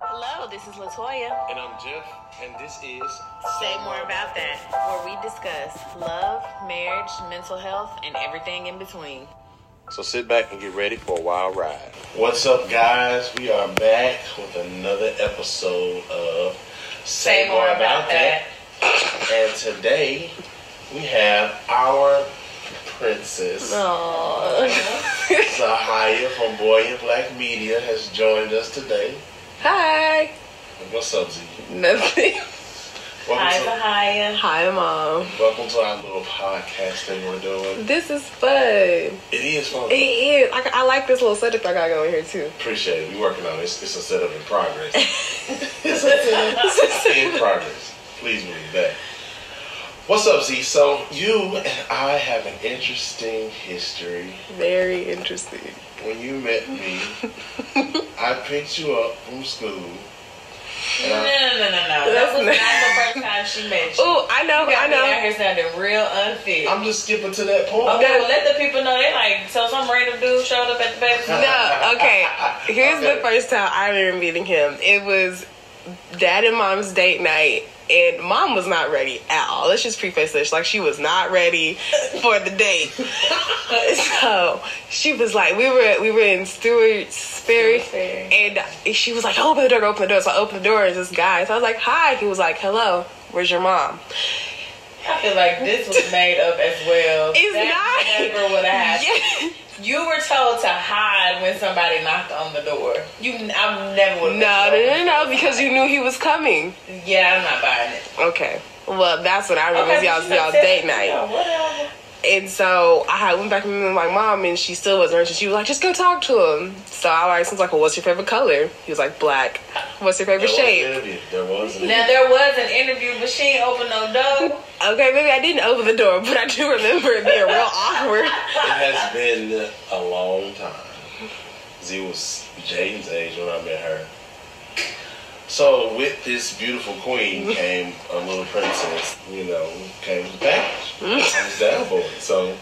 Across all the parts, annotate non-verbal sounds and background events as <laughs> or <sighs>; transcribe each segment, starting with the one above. Hello, this is Latoya. And I'm Jeff, and this is Say More About That, where we discuss love, marriage, mental health, and everything in between. So sit back and get ready for a wild ride. What's up, guys? We are back with another episode of Say More About That. And today we have our princess, Oh. Zahaya from Boy in Black Media, has joined us today. Hi. What's up, Z? Nothing. Hi, Welcome, Bahia. Hi, mom. to, welcome to our little podcast thing we're doing. This is fun. It is fun. It is. I, I like this little subject I got going here too. Appreciate it. We working on it. It's, it's a setup in progress. <laughs> it's a setup in progress. Please move back. What's up, Z? So you and I have an interesting history. Very interesting. When you met <laughs> me, I picked you up from school. No, no, no, no, no. That was <laughs> not the first time she met you. Oh, I know. I Out know. here sounding real unfair. I'm just skipping to that point. okay, well, let the people know. They like, so some random dude showed up at the baby. <laughs> No. Okay. Here's Okay. the first time I remember meeting him. It was dad and mom's date night. And mom was not ready at all. Let's just preface this. Like, she was not ready for the date. so she was like, we were we were in Stewart's Ferry, Stewart's Ferry. and she was like, open the door, open the door. So I opened the door, and this guy. So I was like, hi. He was like, hello. Where's your mom? I feel like this was made up as well. It's That's not. Never <laughs> would have happened. Yeah. You were told to hide when somebody knocked on the door. You, I never <laughs> No, would. no, no, no, because you knew he was coming. Yeah, I'm not buying it. Okay. Well, that's what I remember was but y'all's you y'all said- date night. Yeah, whatever. And so I had went back and with my mom, and she still wasn't interested. She was like, "Just go talk to him." So I like, was like, "Well, what's your favorite color?" He was like, "Black." What's your There favorite was shape? an interview. There was an Now there was an interview, but she ain't open no door. Okay, maybe I didn't open the door, <laughs> but I do remember it being real awkward. It has been a long time. Z was Jane's age when I met her. So with this beautiful queen came a little princess, you know, came the package. I was down for it. So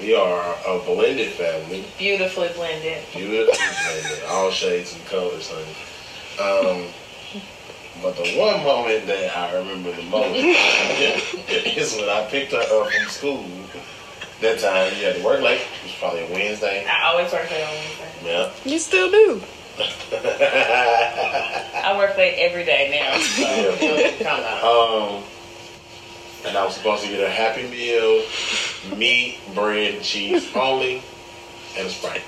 we are a blended family. Beautifully blended. Beautiful blended. All shades and colors, honey. Um but the one moment that I remember the most <laughs> is when I picked her up from school. That time you had to work late. It was probably a Wednesday. I always work late on Wednesday. Yeah. <laughs> You still do. I work late every day now. <laughs> So you know what I'm talking about. um, and I was supposed to get a Happy Meal, meat, bread, and cheese only, and a Sprite.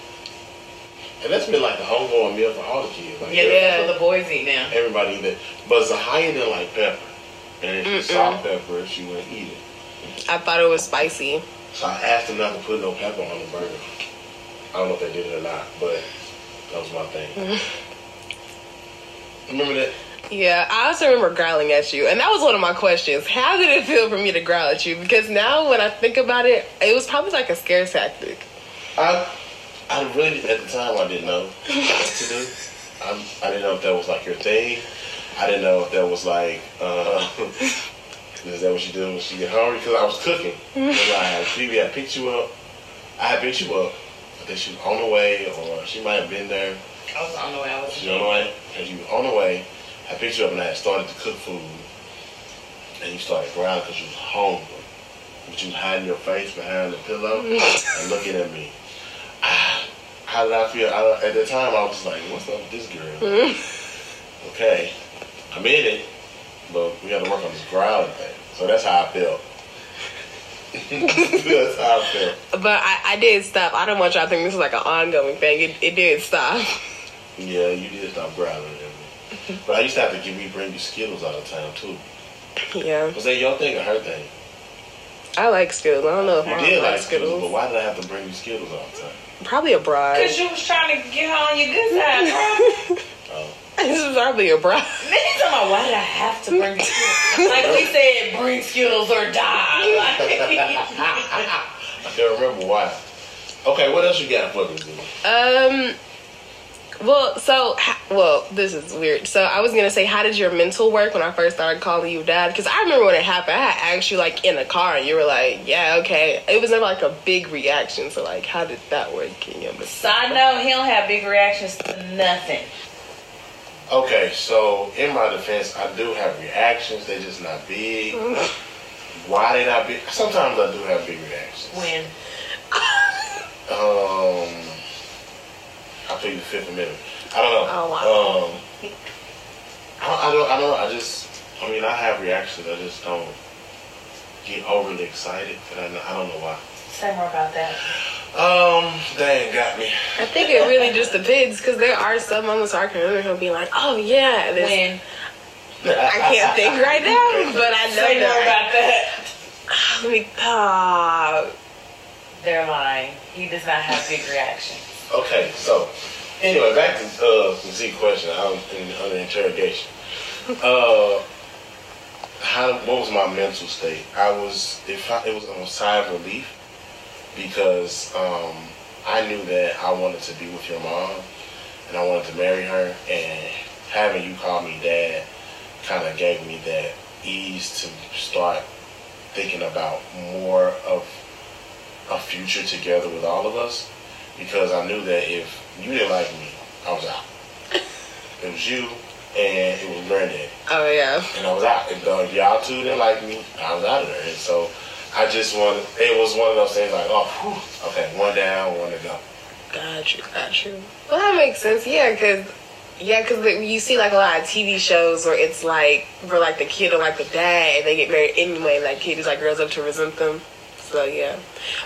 And that's been like the homegrown meal for all the kids. Like, Yeah, every- that's what the boys eat now. Everybody eat that. But Zahaya didn't like pepper. And if she saw pepper, she wouldn't eat it. I thought it was spicy. So I asked them not to put no pepper on the burger. I don't know if they did it or not, but that was my thing. Remember that? Yeah, I also remember growling at you, and that was one of my questions. How did it feel for me to growl at you? Because now when I think about it, it was probably like a scare tactic. I, I really at the time I didn't know what to do. I'm, I didn't know if that was like your thing. I didn't know if that was like, uh, <laughs> is that what you do when she get hungry? Because I was cooking. And I had Phoebe. I picked you up. I had picked you up. I think she was on the way, or she might have been there. I was on the way. I was. She was on the way. And you were on the way. I picked you up, and I had started to cook food. And you started growling because you was hungry. But you was hiding your face behind the pillow and looking at me. How did I feel? I, at the time, I was just like, what's up with this girl? okay, I'm in it, but we got to work on this growling thing. So that's how I felt. <laughs> that's how I felt. But I, I did stop. I don't want y'all to think this is like an ongoing thing. It, it did stop. <laughs> Yeah, you did stop growling at me. But I used to have to give me bring you Skittles all the time, too. Yeah, Was that your thing or her thing? I like Skittles. I don't know if You mom did like likes Skittles, but Skittles. why did I have to bring you Skittles all the time? <laughs> Probably a bribe. Cause you was trying to get her on your good side, bro. Oh. <laughs> this is probably a Man, bribe. he's talking about why did I have to bring Skittles? like we said, bring Skittles or die. <laughs> Like, I can't remember why. Okay, what else you got for me? Z? Um. Well, so ha- well, this is weird. So I was gonna say, how did your mental work when I first started calling you dad? Because I remember when it happened, I had asked you like in a car, and you were like, "Yeah, okay." It was never like a big reaction. So like, how <laughs> did that work in your? so I know he don't have big reactions to nothing. Okay, so in my defense, I do have reactions. They just not big. Why they not big? Sometimes I do have big reactions. When? Um, I plead the fifth amendment. I don't know. Um, Oh, I, I don't. I don't. I just. I mean, I have reactions. I just don't get overly excited, and I, don't- I don't know why. Say more about that. Um, they ain't got me. I think it really just depends because there are some moments where I can remember him being like, "Oh yeah," and it's- When? I can't think right now, but I know <laughs> Say more that. about that. I- <sighs> Let me. Uh, They're lying. He does not have big reactions. Okay, so anyway, back to uh, Z question. I'm in under interrogation. Uh, how what was my mental state? I was if I, it was on a sigh of relief because um, I knew that I wanted to be with your mom and I wanted to marry her, and having you call me dad kind of gave me that ease to start thinking about more of a future together with all of us because I knew that if you didn't like me, I was <laughs> out. It was you and it was Brendan, oh yeah. and I was out. If uh, y'all two didn't like me, I was out of there. And so I just wanted. It was one of those things like, oh, whew, okay, one down, one to go. Got you, got you. Well, that makes sense. Yeah, because yeah, because you see like a lot of TV shows where it's like where like the kid or like the dad and they get married anyway. And that kid is like grows up to resent them. So yeah,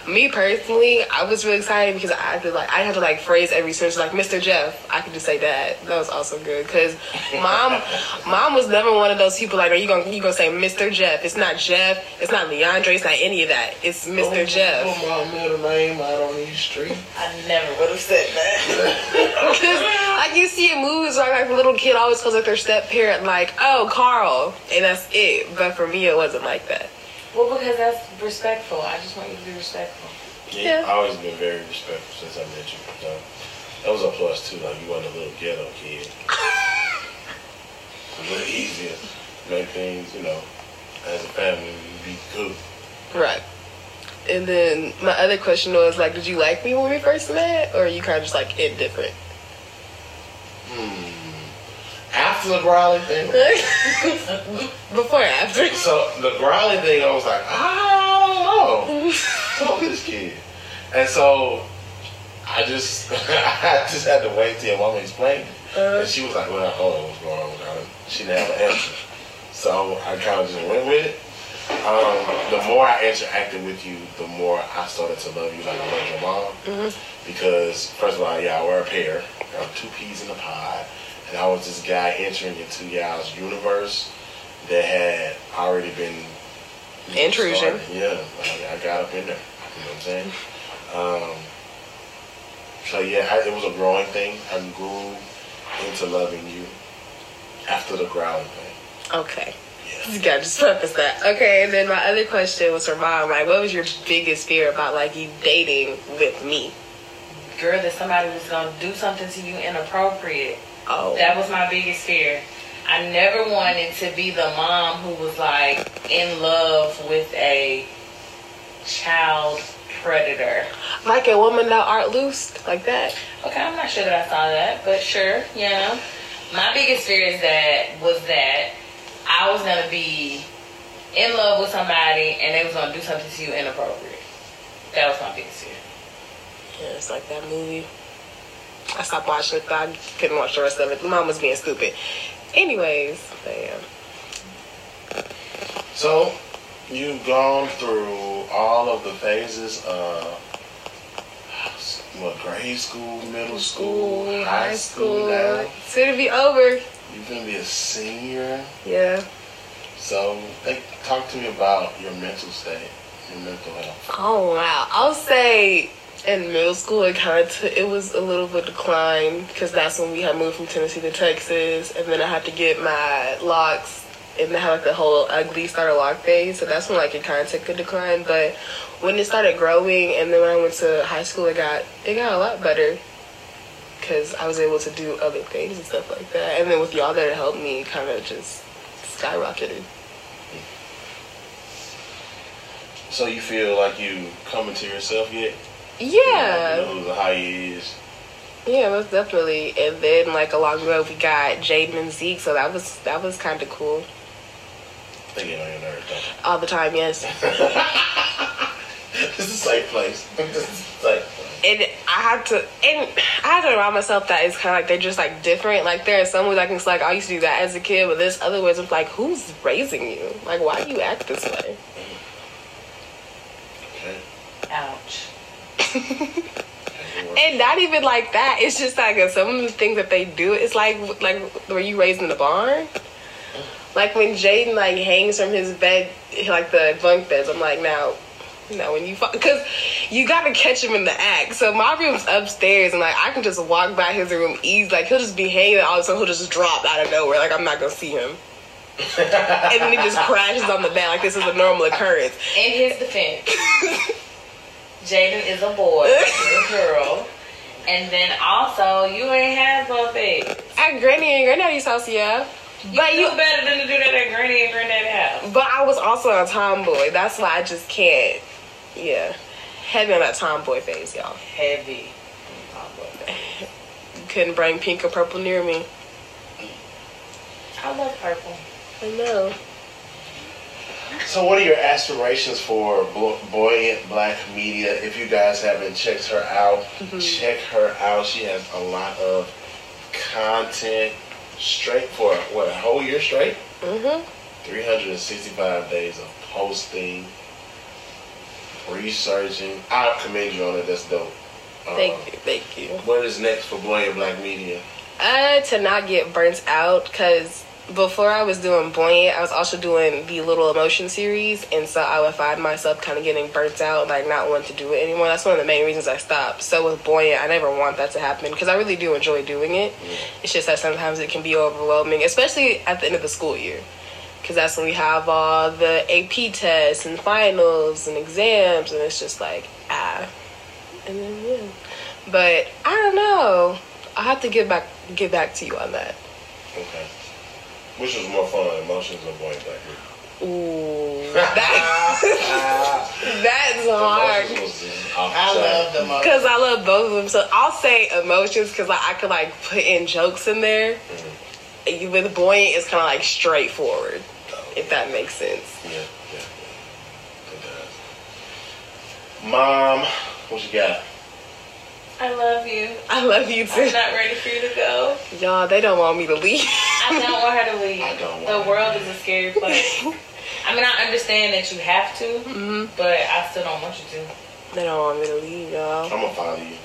me personally, I was really excited because I could like I had to like phrase every sentence like Mr. Jeff. I could just say Dad. That was also good because mom, mom was never one of those people like are you gonna you gonna say Mr. Jeff? It's not Jeff. It's not Leandre. It's not any of that. It's Mr. Don't Jeff. Put my middle name out on these streets. I never would have said that. <laughs> Cause like you see in movies, like like a little kid always calls like their step parent, like oh Carl, and that's it. But for me, it wasn't like that. well, because that's respectful. I just want you to be respectful. Yeah. Yeah. I've always been very respectful since I met you. So that was a plus too. Like you wasn't a little ghetto kid. a little easier. Make things, you know, as a family, we be good. Right. And then my other question was like, did you like me when we first met, or are you kind of just like indifferent? <laughs> After the Growley thing, Before, or after. so the Growley thing, I was like, I don't know. Fuck this kid. And so I just, <laughs> I just had to wait till your mama explained it. and she was like, well, I don't know what's going on with her. She didn't have an answer. So I kind of just went with it. Um, the more I interacted with you, the more I started to love you like I love your mom. Because, first of all, y'all were a pair. Y'all were two peas in a pod. And I was this guy entering into y'all's universe that had already been Intrusion. started. Yeah, I, I got up in there. You know what I'm saying? Um, so yeah, I, it was a growing thing. I grew into loving you after the growling thing. <laughs> Okay. Yeah. You gotta just preface that. Okay, and then my other question was for mom, like, what was your biggest fear about like you dating with me? Girl, that somebody was going to do something to you inappropriate. Oh. That was my biggest fear. I never wanted to be the mom who was like in love with a child predator. Like a woman that art loose, like that. Okay, I'm not sure that I saw that, but sure, you know. My biggest fear is that was that I was gonna be in love with somebody and they was gonna do something to you inappropriate. That was my biggest fear. Yeah, it's like that movie. I stopped watching it, but I couldn't watch the rest of it. Mom was being stupid. Anyways, damn. So you've gone through all of the phases of what grade school, middle school, high school. Now Soon to be over. you're gonna be a senior. Yeah. So like, talk to me about your mental state, your mental health. Oh wow. I'll say in middle school it kind of t- it was a little bit decline because that's when we had moved from Tennessee to Texas, and then I had to get my locks and they had like the whole ugly starter lock phase. So that's when like it kind of took a decline. But when it started growing, and then when I went to high school, it got it got a lot better. Cause I was able to do other things and stuff like that, and then with y'all there to help me, it kind of just skyrocketed. So you feel like you coming to yourself yet? Yeah, You know who Lahia is. Yeah, most definitely. And then like along the road we got Jaden and Zeke, so that was that was kind of cool They get on your nerves, don't they? all the time. Yes, <laughs> This is a safe place. <laughs> this is a safe place. and I had to and I had to remind myself that it's kind of like they're just like different. Like there are some ways I can it's like I used to do that as a kid, but there's other ways of like who's raising you? Like why you act this way? <laughs> Okay. Ouch. Everyone- And not even like that. It's just like uh, some of the things that they do. It's like like were you raised in the barn? Like when Jaden like hangs from his bed, like the bunk beds. I'm like now. No, when you because you gotta catch him in the act. So my room's upstairs, and like I can just walk by his room easy. Like he'll just be hanging, and all of a sudden he'll just drop out of nowhere. Like I'm not gonna see him, and then he just crashes on the bed. Like this is a normal occurrence. In his defense, Jaden is a boy, a girl, and then also you ain't had both things. At Granny and Granddaddy's house, yeah, but But you you better than to do that at Granny and Granddaddy house. But I was also a tomboy. That's why I just can't. Yeah. Heavy on that tomboy phase, y'all. Heavy. You couldn't bring pink or purple near me. I love purple. I know. So, what are your aspirations for Blo- Buoyant Black Media? If you guys haven't checked her out, Mm-hmm. check her out. She has a lot of content straight for what a whole year straight, Mm-hmm. 365 days of posting, researching. I commend you on it. That's dope. Uh, Thank you. Thank you. What is next for Buoyant Black Media? Uh, to not get burnt out, because before I was doing Buoyant, I was also doing the Little Emotion series, and so I would find myself kind of getting burnt out, like not wanting to do it anymore. That's one of the main reasons I stopped. So with Buoyant, I never want that to happen, because I really do enjoy doing it. It's just that sometimes it can be overwhelming, especially at the end of the school year. Because that's when we have all the AP tests and finals and exams, and it's just like, ah. And then, yeah. But I don't know. I'll have to get back get back to you on that. Okay. Which was more fun, Emotions or Buoyant Black Media? <laughs> Ooh. That, that's Oh, hard. Emotions was just I off the love chart. the most. Because I love both of them. So I'll say emotions because like, I could like put in jokes in there. And With Buoyant, it's kind of like straightforward, if that makes sense. Yeah, yeah, yeah. It does. Mom, what you got? I love you. I love you too. I'm <laughs> not ready for you to go. Y'all, they don't want me to leave. <laughs> I don't want her to leave. I don't want her the to world is a scary place. I mean, I understand that you have to, but I still don't want you to. they don't want me to leave, I'm y'all. gonna follow you.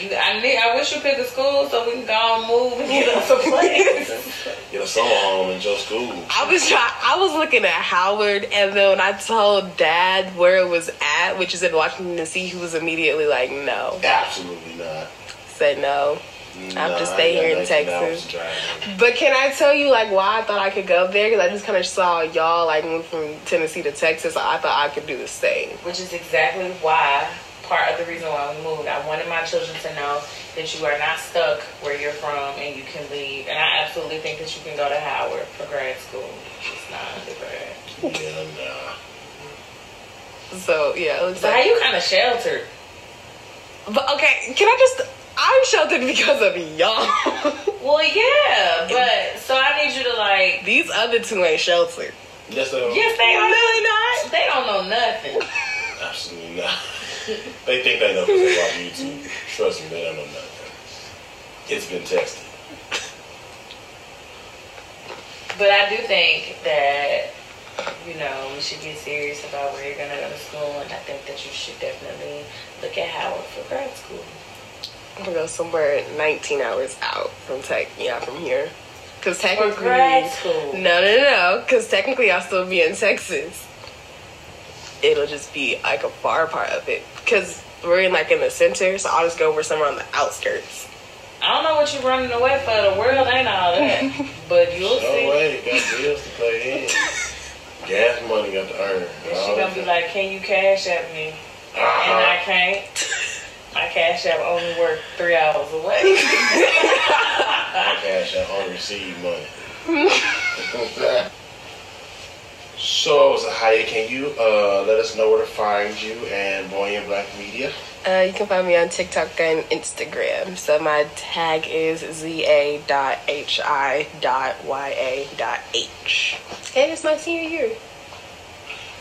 You, I need. I wish you pick a school so we can go and move and get us a place. <laughs> Get a summer home and Joe School. I was try- I was looking at Howard, and then when I told Dad where it was at, which is in Washington D.C., he was immediately like, "No," Absolutely not. said no. Nah, have to I stay got here in 19 hours Texas. to drive. But can I tell you like why I thought I could go there? Because I just kind of saw y'all like move from Tennessee to Texas. I thought I could do the same. which is exactly why part of the reason why we moved. I wanted my children to know that you are not stuck where you're from and you can leave. And I absolutely think that you can go to Howard for grad school. It's not undergrad. Yeah, nah. So yeah, it looks So how like. you kind of sheltered? But okay, can I just? I'm sheltered <laughs> because of y'all. <laughs> Well, yeah, but so I need you to like. These other two ain't sheltered. Yes, they are. Yes, they are Really not. They don't know nothing. Absolutely not. <laughs> they think they know because they watch YouTube. Trust me, they don't know nothing. It's been tested. But I do think that you know we should get serious about where you're gonna go to school, and I think that you should definitely look at Howard for grad school. I'm gonna go somewhere 19 hours out from tech. Yeah, from here. Cause For technically, grad school. No, no, no. Because technically, I'll still be in Texas. It'll just be like a far part of it. Because we're in like in the center, so I'll just go over somewhere on the outskirts. I don't know what you're running away for. The world ain't all that. but you'll No see. way, got bills to <laughs> pay in. Gas money got to earn. And she gonna be like, can you cash at me? And Uh-huh. I can't. My cash app only worked three hours away. <laughs> cash out on received money. <laughs> so, So, Zahaya, can you uh, let us know where to find you and Boy in Black Media? Uh, you can find me on TikTok and Instagram. So my tag is za.hi.ya.h. And it's my senior year.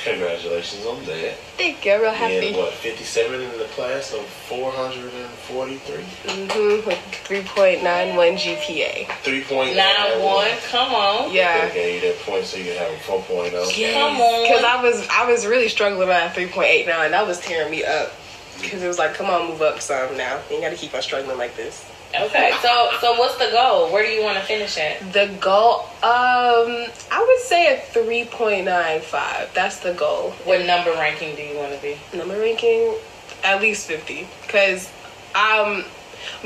Congratulations on that. Thank you. I'm real happy. Being, what, 57 in the class of 443? Mm-hmm, with 3.91 GPA. 3.91. Nine one, come on. They Yeah. gave you that point so you could have a oh. 4.0. Come on. Because I was I was really struggling with that 3.89. That was tearing me up. Because it was like, come on, move up some now. You got to keep on struggling like this. Okay, so so what's the goal? Where do you want to finish at? The goal, um, I would say a 3.95. That's the goal. What number ranking do you want to be? number ranking at least 50 because um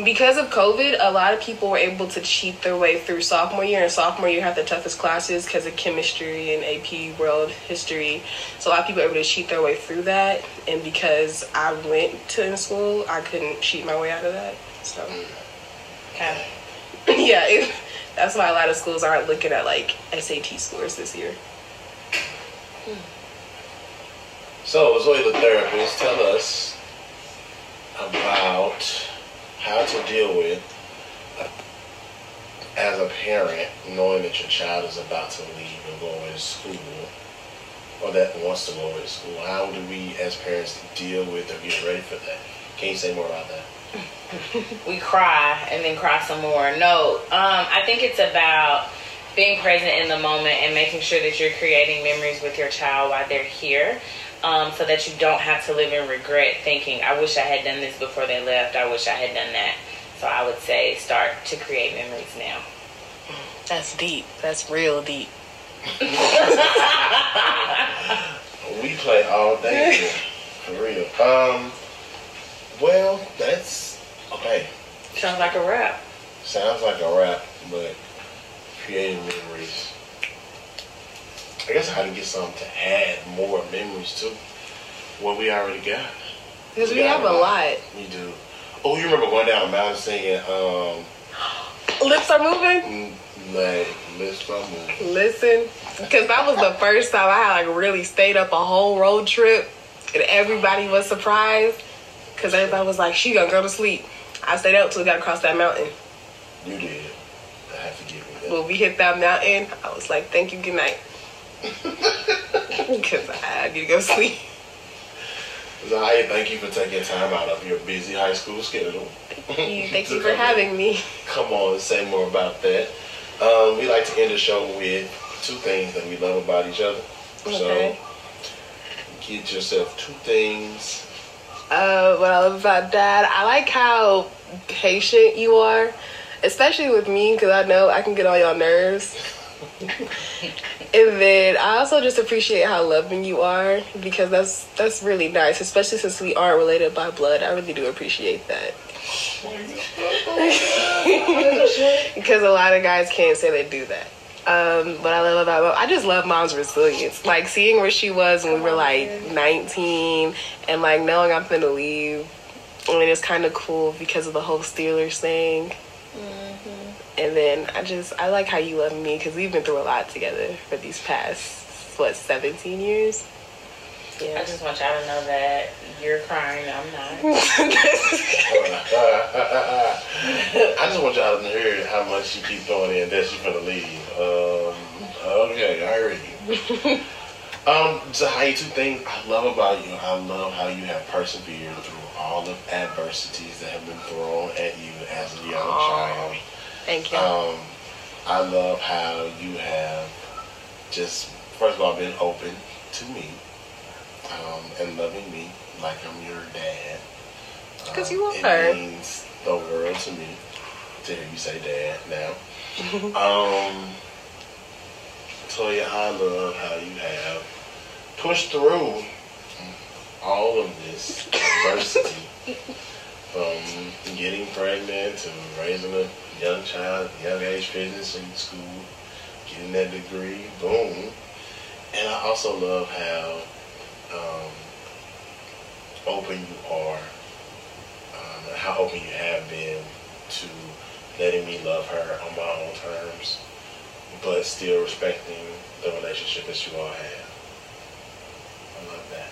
because of covid a lot of people were able to cheat their way through sophomore year and sophomore year had the toughest classes because of chemistry and ap world history so a lot of people were able to cheat their way through that and because i went to in school i couldn't cheat my way out of that so Okay. <laughs> yeah it, that's why a lot of schools aren't looking at like sat scores this year So, Zoe the therapist, tell us about how to deal with, uh, as a parent, knowing that your child is about to leave and go away to school, or that wants to go away to school. How do we, as parents, deal with or get ready for that? Can you say more about that? we cry and then cry some more. No, um, I think it's about being present in the moment and making sure that you're creating memories with your child while they're here. Um, so that you don't have to live in regret thinking, I wish I had done this before they left, I wish I had done that. So I would say start to create memories now. that's deep that's real deep We play all <laughs> day here, for real. Um, well, that's okay. Sounds like a wrap. Sounds like a rap, but creating memories. I guess I had to get something to add more memories to what we already got. because we have a lot We do. Oh, you remember going down the mountain singing, um, lips are mm, moving like, Lips Are Moving. Listen, because that was the first time I had like really stayed up a whole road trip, and everybody was surprised because everybody was like, "She gonna go to sleep." I stayed up till we got across that mountain. You did. I have to give you that. When we hit that mountain, I was like, "Thank you, good night," <laughs> because I need to go sleep. Zahia, thank you for taking time out of your busy high school schedule. <laughs> Thank you, thank you for having me. come on and say more about that. Um, we like to end the show with two things that we love about each other. Okay. So get yourself two things. <laughs> Uh, what I love about dad, I like how patient you are, especially with me, because I know I can get on y'all nerves. and then I also just appreciate how loving you are, because that's that's really nice, especially since we are related by blood. I really do appreciate that, because a lot of guys can't say they do that. Um, what I love about mom, I just love mom's resilience. Like seeing where she was when we were like 19, and like knowing I'm finna leave. I mean, it's kind of cool because of the whole Steelers thing. Mm-hmm. And then I just I like how you love me because we've been through a lot together for these past what 17 years. I Yeah. just want y'all to know that you're crying, I'm not. I just want y'all to hear how much she keep throwing in that she's gonna leave. Um, okay, I heard you. Um, Zahai, two things I love about you. I love how you have persevered through all of adversities that have been thrown at you as a young child. <laughs> Thank you. Oh. <laughs> Um, I love how you have just, first of all, been open to me um, and loving me like I'm your dad. 'Cause Um, you are. It means the world to me to hear you say dad now. <laughs> um, Toya, I love how you have pushed through all of this adversity <laughs> from getting pregnant to raising a young child, young age business in school, getting that degree, boom. And I also love how um, open you are, um, and how open you have been to letting me love her on my own terms, but still respecting the relationship that you all have. love that.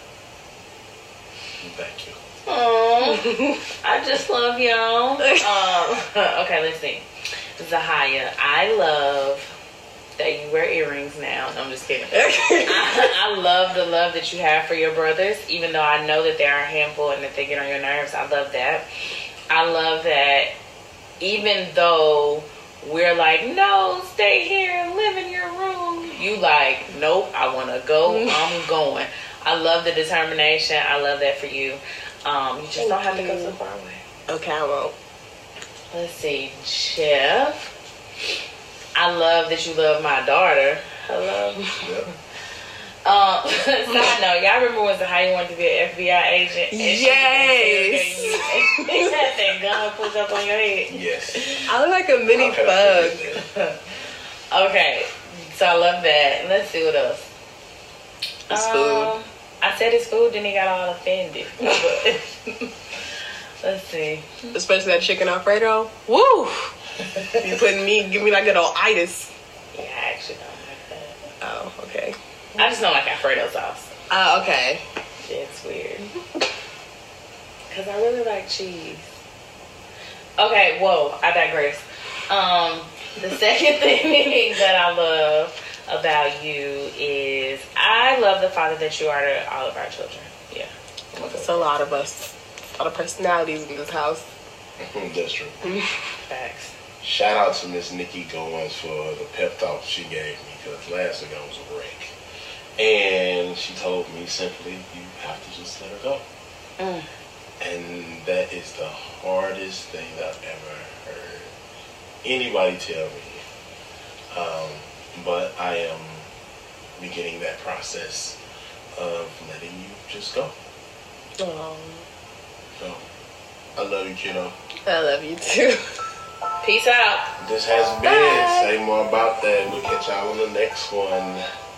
Thank you. Aw, I just love y'all. Um, <laughs> okay, let's see. Zahaya, I love that you wear earrings now. No, I'm just kidding. I, I love the love that you have for your brothers, even though I know that they are a handful and that they get on your nerves. I love that. I love that even though we're like, no, stay here and live in your room, you like, nope, I want to go. I'm going. I love the determination. I love that for you. Um, you just don't have to go so far away. Okay, I won't. Let's see, Jeff. I love that you love my daughter. Hello. Yep. Um, <laughs> side note, y'all remember when Zahaya wanted to be an FBI agent? and she Yes. was interrogating you, and had that gun pulled up on your head. Yes. I look like a mini Okay. bug. Okay, so I love that. Let's see what else. Um, It's food. I said it's food, then he got all offended. <laughs> Let's see. Especially that chicken alfredo. Woo! You putting me, give me like good old itis. Yeah, I actually don't like Oh, okay. that. I just don't like Alfredo sauce. Uh, okay. It's weird. <laughs> Cause I really like cheese. Okay, whoa, I digress. Um, the <laughs> second thing <laughs> that I love about you is I love the father that you are to all of our children. Yeah. It's a lot of us. A lot of personalities in this house. <laughs> That's true. Facts. Shout out to Miss Nikki Goins for the pep talk she gave me because last week I was a wreck. And she told me simply, you have to just let her go. Mm. And that is the hardest thing I've ever heard anybody tell me. Um, but I am beginning that process of letting you just go. Oh, So, I love you, kiddo. I love you too. <laughs> Peace out. This has been Bye. Say More About That. We'll catch y'all on the next one.